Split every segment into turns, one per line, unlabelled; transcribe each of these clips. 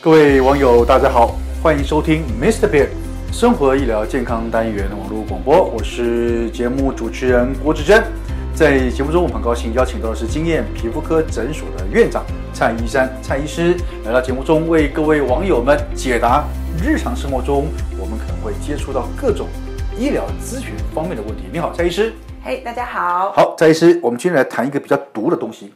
各位网友，大家好，欢迎收听 Mr. Bear 生活医疗健康单元网络广播，我是节目主持人郭志珍。在节目中，我们很高兴邀请到的是经验皮肤科诊所的院长蔡医生、蔡医师来到节目中，为各位网友们解答日常生活中我们可能会接触到各种医疗咨询方面的问题。你好，蔡医师。
嘿、大家好，
好，蔡医师，我们今天来谈一个比较毒的东西，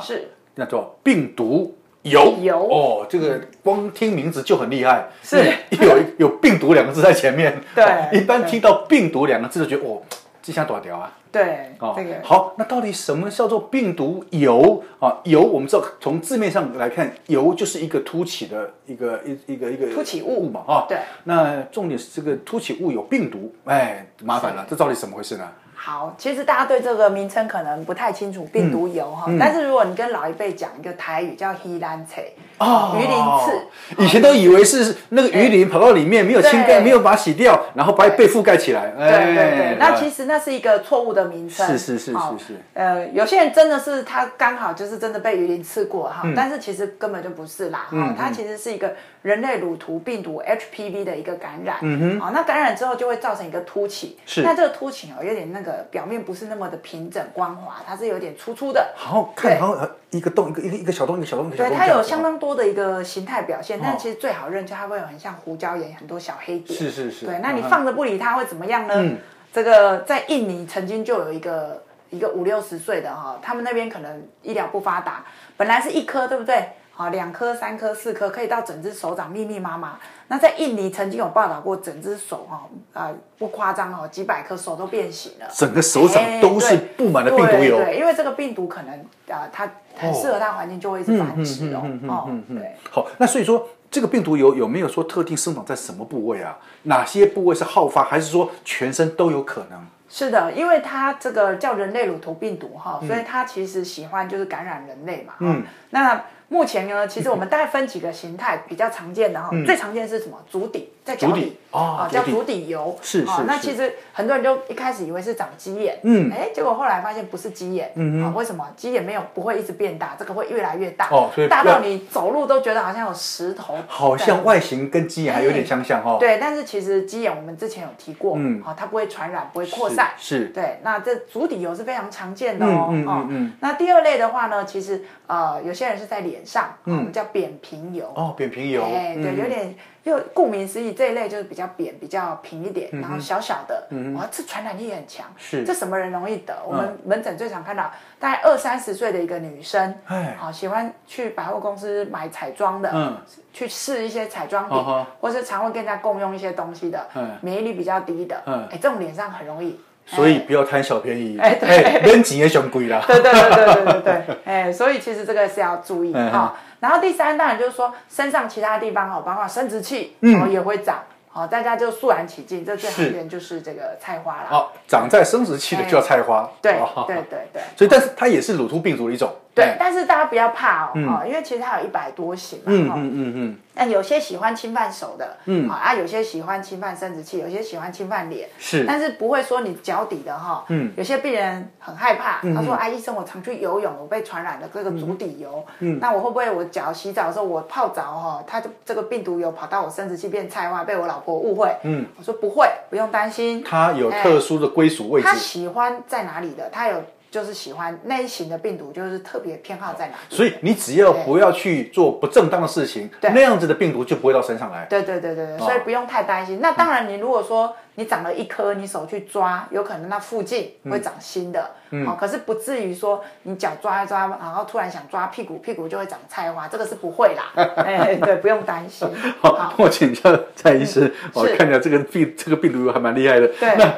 是
那叫病毒油。
油嗯
哦，这个光听名字就很厉害，
是
因为有有病毒两个字在前面。 哦
对
一般
对
听到病毒两个字就觉得哦，这下多屌啊！
对、
哦，
这个
好，那到底什么叫做病毒疣啊？疣我们知道从字面上来看，疣就是一个凸起的一个一一个一个
凸起
物嘛，啊。
对。
那重点是这个凸起物有病毒，哎，麻烦了，这到底怎么回事呢？
好。其实大家对这个名称可能不太清楚，病
嗯
毒油哈、但是如果你跟老一辈讲一个台语叫黑兰菜，
哦，
鱼鳞刺
以前都以为是那个鱼鳞跑到里面没有清盖，
对
没有把它洗掉，然后把被覆盖起来。
对
哎
对对，那其实那是一个错误的名称。
是是是
哦
是是
呃，有些人真的是他刚好就是真的被鱼鳞刺过
嗯
哈，但是其实根本就不是啦。哈，它其实是一个人类乳头病毒 HPV 的一个感染。嗯哼。好，那感染之后就会造成一个凸起。
是
那这个凸起哦，有点那个表面不是那么的平整光滑，它是有点粗粗的。
好看，然后一个洞，一个一个一个小洞，一个小洞，一个小
对，
洞。
它
这样
有
子
相当多的一个形态表现，但
哦
其实最好认就它会有很像胡椒盐很多小黑点。
是是是
对，那
嗯
你
哼
放着不理它会怎么样呢？这个在印尼曾经就有一个一个五六十岁的哈、他们那边可能医疗不发达，本来是一颗对不对？好，两颗、三颗、四颗，可以到整只手掌密密麻麻。那在印尼曾经有报道过，整只手哈啊、不夸张哦，几百颗手都变形了。
整个手掌
哎
都是
对
布满了病毒
对
疣。
对，因为这个病毒可能啊、呃它很适合它环境，就
嗯
会一直繁殖哦。哦，对，
好，那所以说这个病毒有有没有说特定生长在什么部位啊？哪些部位是好发，还是说全身都有可能？
是的，因为它这个叫人类乳头病毒哈、
嗯
所以它其实喜欢就是感染人类嘛。嗯，那目前呢，其实我们大概分几个形态比较常见的哈、最常见是什么？足底，在脚
嗯足底哦
啊
足
叫
底
足底油。
是
哦
是
那
是
其实很多人就一开始以为是长鸡眼，嗯，哎，结果后来发现不是鸡眼，嗯啊，为什么？鸡眼没有不会一直变大，这个会越来越大，
哦所以
大
不要
到你走路都觉得好像有石头，
好像外形跟基因还有点相像哦。
对，但是其实鸡眼我们之前有提过，嗯，好、它不会传染，不会扩散，
是是
对。那这足底油是非常常见的哦，
嗯嗯
哦
嗯嗯
那第二类的话呢，其实呃，有些人是在脸上，嗯、我们叫扁平油，
哦，扁平疣。
哎，对，有点又顾名思义，这一类就是比较扁、比较平一点，
嗯
然后小小的，哇，这传染力也很强。
是嗯
这什么人容易得？我们门诊最常看到大概二三十岁的一个女生
哎，
好喜欢去百货公司买彩妆
嗯
的，去试一些彩妆
哦吼
品，或是常会跟人家共用一些东西的
嗯，
免疫力比较低的
嗯，
哎，这种脸上很容易。
所以
哎
不要贪小便宜，
哎对
人情也熊贵啦。
对对对对对 对对，哎，所以其实这个是要注意
嗯
哈。然后第三当然就是说身上其他地方哦，包括生殖器，然
嗯
后也会长，好，大家就肃然起敬。这最
是
常见就是这个菜花啦。
好，哦长在生殖器的叫菜花。
哎对
哦
对对对。
所以，但是它也是乳突病毒的一种。
对
哎，
但是大家不要怕哦，哦，因为其实它有一百多型
嗯
嘛，哦，
嗯嗯嗯，
那有些喜欢侵犯手的，嗯，啊，有些喜欢侵犯生殖器，有些喜欢侵犯脸，
是
但是不会说你脚底的哈，嗯，有些病人很害怕，他说，哎，医生，我常去游泳，我被传染了这个足底油，嗯，那我会不会我脚洗澡的时候我泡澡哈，它就这个病毒油跑到我生殖器变菜花，被我老婆误会，嗯，我说不会，不用担心，
它有特殊的归属位置
他。喜欢在哪里的，他有就是喜欢那一型的病毒，就是特别偏好在哪里，
所以你只要不要去做不正当的事情，
对
那样子的病毒就不会到身上来。
对对对对对，所以不用太担心。那当然，你如果说你长了一颗，你手去抓，有可能那附近会长新的，哦，可是不至于说你脚抓一抓，然后突然想抓屁股，屁股就会长菜花，这个是不会啦。哎，对，不用担心。
好，我请教蔡医师，我
嗯是
看一下这个病这个病毒还蛮厉害的。
对
那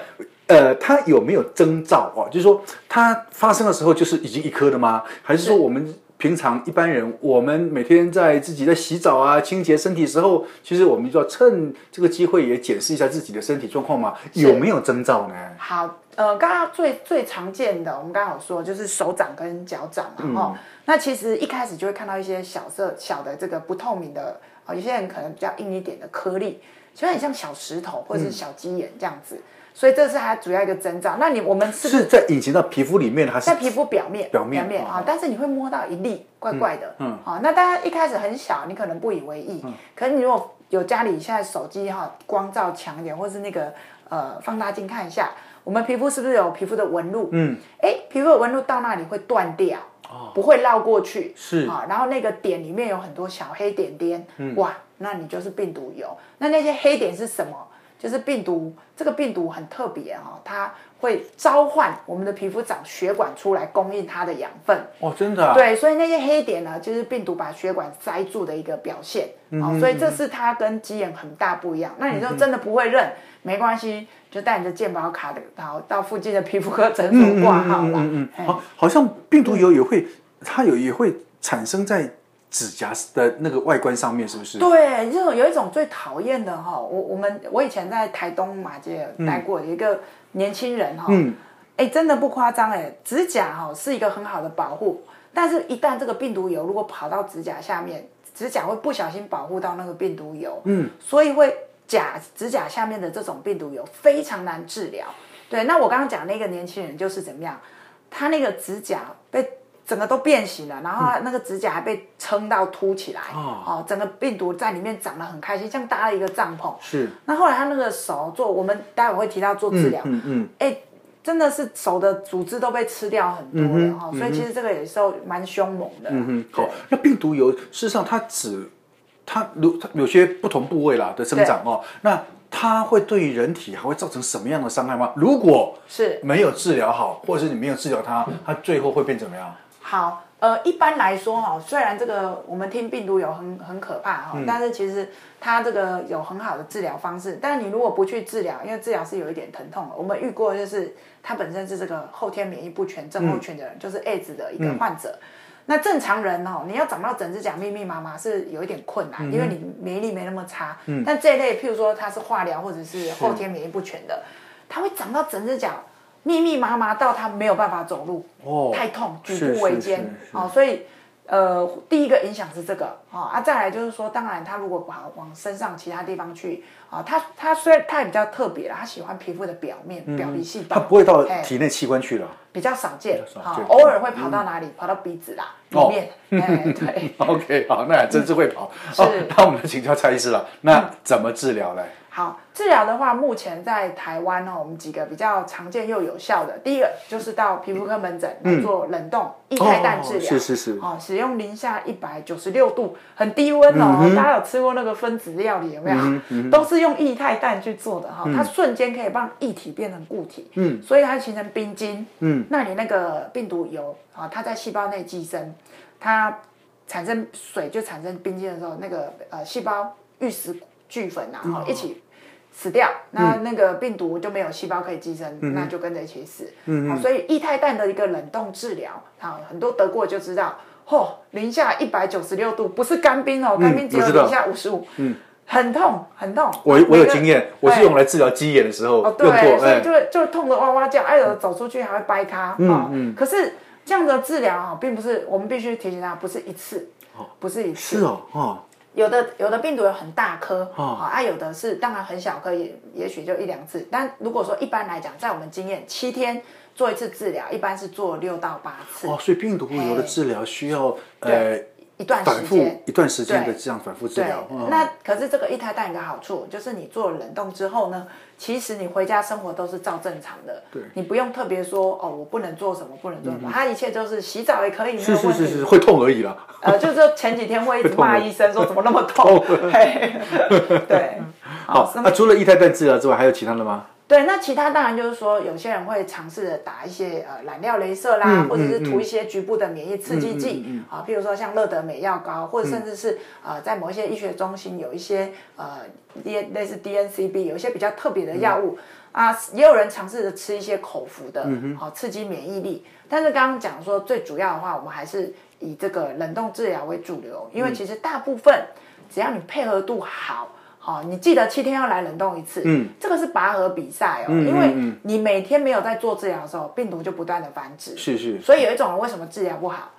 呃，它有没有征兆啊？就是说它发生的时候就是已经一颗了吗？还是说我们平常一般人，我们每天在自己在洗澡啊、清洁身体的时候，其实我们就要趁这个机会也检视一下自己的身体状况嘛，有没有征兆呢？
好，呃，刚刚最最常见的，我们刚刚有说就是手掌跟脚掌嘛，哈、那其实一开始就会看到一些小色小的这个不透明的，呃啊、有些人可能比较硬一点的颗粒，其实很像小石头或者是小鸡眼这样子。所以这是它主要一个征兆。那你我们是
是在隐形到皮肤里面还是
在皮肤表面，
表面
啊、
哦
但是你会摸到一粒怪怪的，
嗯嗯嗯
好、那大家一开始很小，你可能不以为意，可是你如果有家里现在手机哈、光照强一点，或是那个呃放大镜看一下，我们皮肤是不是有皮肤的纹路？
嗯，哦
哎，皮肤的纹路到那里会断掉。不会绕过去，
是
啊、然后那个点里面有很多小黑点点，
嗯
哇，那你就是病毒疣。那那些黑点是什么？就是病毒，这个病毒很特别哈、哦，它会召唤我们的皮肤长血管出来供应它的养分。
哦，真的、啊，，
对，所以那些黑点呢，就是病毒把血管塞住的一个表现。
嗯
哦，所以这是它跟鸡眼很大不一样。那你就真的不会认，没关系，就带你的健保卡的，然后到附近的皮肤科诊所挂号啦。
嗯
嘿
嗯，好，好像病毒有也会，它有也会产生在指甲的那个外观上面，是不是？
对，这种有一种最讨厌的哈，我我们我以前在台东马街有待过，有一个年轻人哈，
嗯，
哎、真的不夸张哎，指甲哈是一个很好的保护，但是一旦这个病毒疣如果跑到指甲下面，指甲会不小心保护到那个病毒疣，嗯，所以会甲指甲下面的这种病毒疣非常难治疗。对，那我刚刚讲那个年轻人就是怎么样，他那个指甲被整个都变形了，然后他那个指甲还被撑到凸起来，
嗯哦
哦，整个病毒在里面长得很开心，像搭了一个帐篷。
是，
那后来他那个手做，我们待会会提到做治疗，
嗯嗯，
哎、真的是手的组织都被吃掉很多了哈、所以其实这个有时候蛮凶猛的。嗯
嗯，好，那病毒有，事实上它只它如它有些不同部位啦的生长哦，那它会对于人体还会造成什么样的伤害吗？如果
是
没有治疗好，或者是你没有治疗它，它最后会变怎么样？
好，呃，一般来说哈、虽然这个我们听病毒有很很可怕哈、但是其实它这个有很好的治疗方式。但你如果不去治疗，因为治疗是有一点疼痛的，我们遇过就是他本身是这个后天免疫不全症候群的人，就是 AIDS 的一个患者。那正常人哦，你要长到整指甲密密麻麻是有一点困难，因为你免疫力没那么差。但这一类，譬如说他是化疗或者是后天免疫不全的，他会长到整指甲密密麻麻到他没有办法走路，
哦
太痛，举
是
步维
是
艰
是是
哦，所以呃，第一个影响是这个哦、啊，再来就是说，当然他如果把往身上其他地方去啊、他他虽然他也比较特别啦，他喜欢皮肤的表面、表皮细胞，
它嗯不会到
哎
体内器官去了。
比较少见，
少
好、
见嗯
偶尔会跑到哪里？跑到鼻子啦里
哦
面，哎，对。
OK，好，那还真是会跑。
嗯是嗯
哦 那我们来请教蔡医师了，那怎么治疗嘞？
好，治疗的话，目前在台湾哦，我们几个比较常见又有效的，第一个就是到皮肤科门诊来做冷冻液态氮治疗，
嗯哦是是是
哦，使用零下一百九十六度，很低温哦。大家有吃过那个分子料理有没有？都是用液态氮去做的哈、它瞬间可以让液体变成固体，嗯，所以它形成冰晶，嗯，那你那个病毒疣啊、它在细胞内寄生，它产生水就产生冰晶的时候，那个呃细胞玉石俱焚啊，
嗯
哈、一起死掉，那那个病毒就没有细胞可以寄生，那就跟着一起死。嗯、好，所以液态氮的一个冷冻治疗，啊，很多德国就知道，嚯、零下一百九十六度，不是干冰哦，干冰只有
嗯我知道
零下五十五，嗯，很痛，很痛。
我我有经验，我是用
来。
来治疗鸡眼的时候
哦
用，过，
对，所
哎嗯
以就会就会痛得哇哇叫，哎呦，走出去还会掰咖啊、可是这样的治疗啊，并不是我们必须提醒大家，不是一次，不是一次，
是哦，哦，
有的有的病毒有很大颗，
哦
啊，有的是当然很小颗，也也许就一两次。但如果说一般来讲，在我们经验，七天做一次治疗，一般是做六到八次，
哦，所以病毒有的治疗需要呃
一段
反
哎时
复
间。
一段时间的
对
这样反复治
对
疗。，嗯
那可是这个一胎蛋有一个好处，就是你做冷冻之后呢，其实你回家生活都是照正常的，对，你不用特别说哦，我不能做什么，不能做什么，它一切就是洗澡也可以，没
嗯是
有
是
问
是
题，
是，会痛而已啦。
呃，就是说前几天会一直骂医生 说怎么那么痛， 嘿对，
好，
什么
那除了异胎蛋治疗之外，还有其他的吗？
对，那其他当然就是说，有些人会尝试着打一些呃染料镭射啦，或者是涂一些局部的免疫刺激剂、啊，譬如说像乐德美药膏，或者甚至是、呃在某一些医学中心有一些呃 D 类似 DNCB 有一些比较特别的药物、啊，也有人尝试着吃一些口服的，好、刺激免疫力。但是刚刚讲说最主要的话，我们还是以这个冷冻治疗为主流，因为其实大部分只要你配合度好。好、你记得七天要来冷冻一次，嗯，这个是拔河比赛哦，
嗯
因为你每天没有在做治疗的时候，病毒就不断的繁殖，
是是
所以有一种人为什么治疗不好，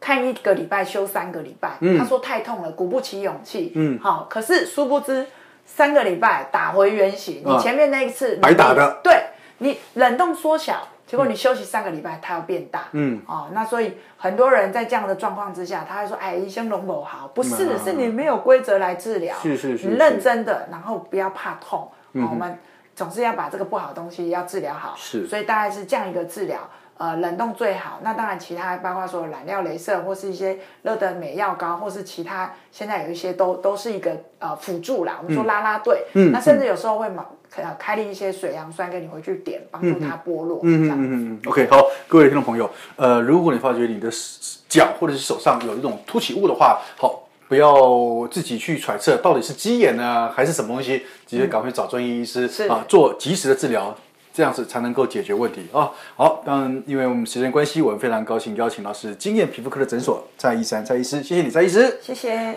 看一
嗯
个礼拜休三个礼拜，他说太痛了，鼓不起勇气，嗯，好、可是殊不知三个礼拜打回原形，
啊
你前面那一次
白打的
你对你冷冻缩小，结果你休息三个礼拜，它要变大，
嗯，
哦，那所以很多人在这样的状况之下，他会说，哎，医生容某好，不是，
嗯
是你没有规则来治疗，
是是是
你认真的，然后不要怕痛，哦我们总是要把这个不好的东西要治疗好，
是
所以大概是这样一个治疗。呃，冷冻最好。那当然，其他包括说染料、镭射，或是一些乐德美药膏，或是其他，现在有一些都都是一个呃辅助啦。我们说拉拉队，那甚至有时候会买呃开立一些水杨酸给你回去点，帮助它剥落。嗯嗯
嗯嗯嗯，OK，好，各位听众朋友，呃，如果你发觉你的脚或者是手上有一种凸起物的话，好，不要自己去揣测到底是鸡眼呢还是什么东西，直接赶快找专业医师、
是
啊，做及时的治疗。这样子才能够解决问题啊！好，当然，因为我们时间关系，我们非常高兴邀请到是经验皮肤科的诊所蔡医生，蔡医师，谢谢你，蔡医师。
谢谢。